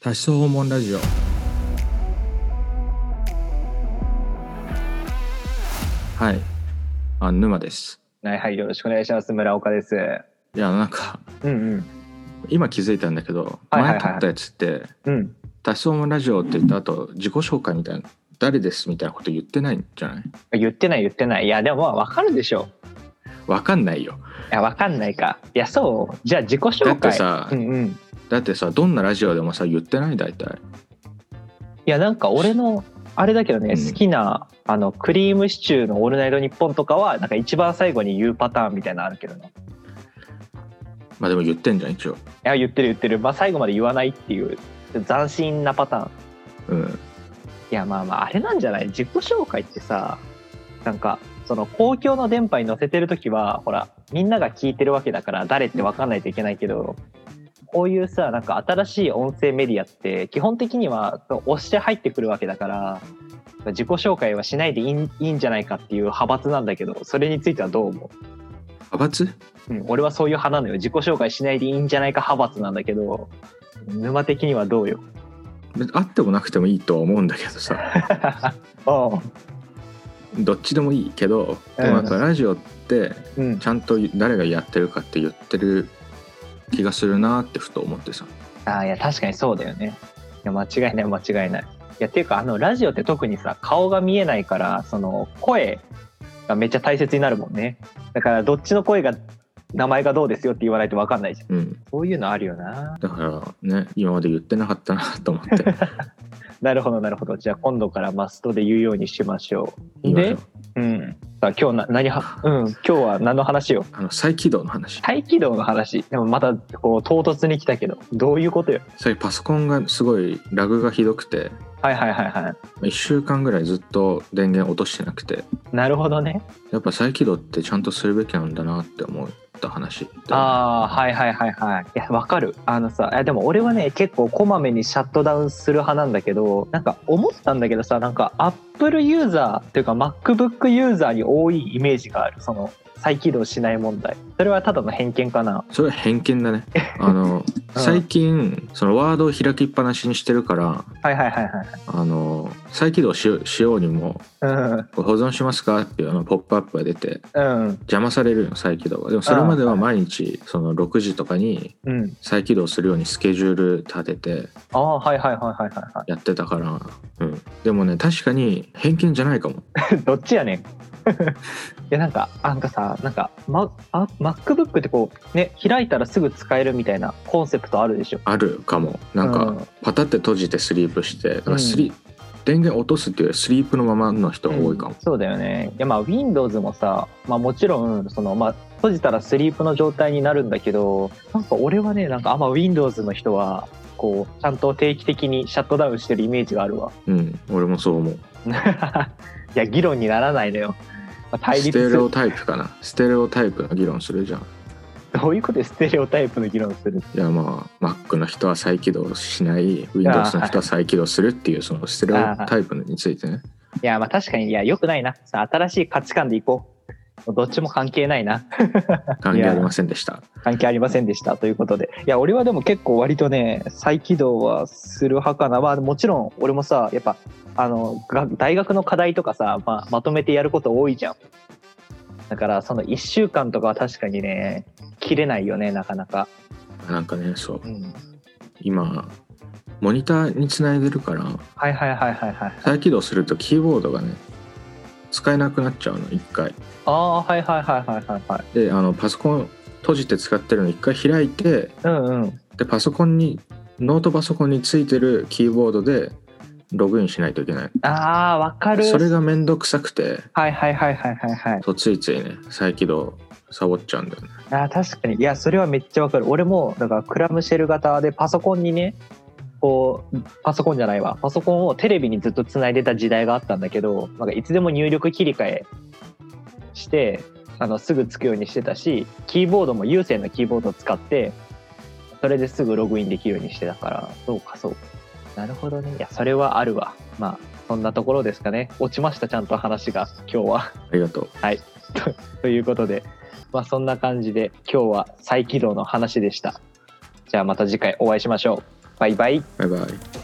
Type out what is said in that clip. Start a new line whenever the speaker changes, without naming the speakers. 多子訪問ラジオはいあ沼です
はい、はい、よろしくお願いします。村岡です。
いやなんか
うん
今気づいたんだけど、
はいはいはいはい
前撮ったやつって
うん。うん。
多子訪問ラジオって言った後自己紹介みたいな誰ですみたいなこと言ってないんじゃない
言ってない言ってない。いや、でもまあわかるでしょ。
わかんないよ
いや、わかんないか。いや、そう。じゃあ自己紹介。
だってさ
うんうん。
だってさどんなラジオでもさ言ってない大体
いや、なんか俺の、あれだけどね、
うん
好きな、あの、クリームシチューのオールナイトニッポンとかは、なんか一番最後に言うパターンみたいなのあるけどね。い
まあでも言ってんじゃん一応
や、言ってる言ってる。まあ最後まで言わないっていう、斬新なパターン。
うん
いや、まあまあ、あれなんじゃない自己紹介ってさ、なんか、その公共の電波に載せてるときは、ほら、みんなが聞いてるわけだから、誰って分かんないといけないけど、こういうさ、なんか新しい音声メディアって、基本的にはそう押して入ってくるわけだから、自己紹介はしないでいいんいいんじゃないかっていう派閥なんだけど、それについてはどう思
派閥
う、うん、俺はそういう派なのよ。自己紹介しないでいいんじゃないか派閥なんだけど、沼的にはどうよ。
別にあってもなくてもいいとは思うんだけど さ
ああ、
どっちでもいいけどでもなんかラジオって
うん
ち。ゃんと誰がやってるかって言ってる気がするなってふと思ってさ
ああ、いや、確かにそうだよね。いや、間違いない、間違いない。いや、っていうか、あの、ラジオって特にさ、顔が見えないから、その、声がめっちゃ大切になるもんね。だから、どっちの声が、名前がどうですよって言わないと分かんないじゃん。
うん
そういうのあるよな。
だからね今まで言ってなかったなと思って
なるほど、なるほど。じゃあ、今度からマストで言うようにしましょう。
言いましょ
で
う、
うん。さあ、今日な、何は、うん、今日は何の話を
あの再起動の話
再起動の話。でも、また、こう、唐突に来たけど、どういうことよ。
最近パソコンがすごいラグがひどくて
はいはいはいは
1週間ぐらいずっと電源落としてなくて
い。なるほどね。
やっぱ再起動ってちゃんとするべきなんだなって思った話
ああはいはいはいはいいやわかるあのさいやでも俺はね結構こまめにシャットダウンする派なんだけどなんか思ったんだけどさなんか Apple ユーザーというか MacBook ユーザーに多いイメージがあるその再起動しない問題それはただの偏見かな
それは偏見だね あの最近そのワードを開きっぱなしにしてるから
はいはいはいはい
あの再起動しようしようにも
うん
保存しますかっていうあのポップアップが出て
うん
邪魔されるの再起動がでもそれまでは毎日その6時とかに
うん
再起動するようにスケジュール立てて
ああはいはいはいはいはいは
やってたから、うん、でもね確かに偏見じゃないかも
いどっちやねん いやなんかなんかさなんか、ま、あ MacBook ってこうね開いたらすぐ使えるみたいなコンセプトあるでしょ
あるかもなん
う
かパタって閉じてスリープしてだからスリ、
う
電源落とすっていうよりスリープのままの人が多いかも
うん、そうだよねいやまあ Windows もさ、まあ、もちろんその、まあ、閉じたらスリープの状態になるんだけどなんか俺はねなんかあんま Windows の人はこうちゃんと定期的にシャットダウンしてるイメージがあるわ
うん、俺もそう思う
いや議論にならないのよ、まあ、対
ス
立
テ
す
レオ
る
タイプかなステレオタイプの議論するじゃん
どういうことでステレオタイプの議論する
いやまあ Mac の人は再起動しない Windows の人は再起動するっていうそのステレオタイプについてね
いやまあ確かにいやよくないなさ新しい価値観でいこうどっちも関係ないな
関係ありませんでした
関係ありませんでしたということでいや俺はでも結構割とね再起動はする派かなまあもちろん俺もさやっぱあのが大学の課題とかさ、まあ、まとめてやること多いじゃんだからその1週間とかは確かにね切れないよねなかなか、
なんかねそう
うん、
今モニターにつないでるから
はいはいはいはいはい
再起動するとキーボードがね使えなくなっちゃうの一回
ああはいはいはいはいはいはい
であのパソコン閉じて使ってるの一回開いて
うんうん
でパソコンにノートパソコンについてるキーボードでログインしないといけない
ああわかる
それが面倒くさくて
はいはいはいはいはいはい
そうついついね再起動サボっちゃうんだよね
あー確かにいやそれはめっちゃわかる俺もだからクラムシェル型でパソコンにねこうパソコンじゃないわパソコンをテレビにずっとつないでた時代があったんだけどなんかいつでも入力切り替えしてあのすぐつくようにしてたしキーボードも有線のキーボードを使ってそれですぐログインできるようにしてたからそうかそうかなるほどねいやそれはあるわまあそんなところですかね落ちましたちゃんと話が今日は。
ありがとう
ということで、まあ、そんな感じで今日は再起動の話でした。じゃあまた次回お会いしましょう。バイバイ。
バイバイ。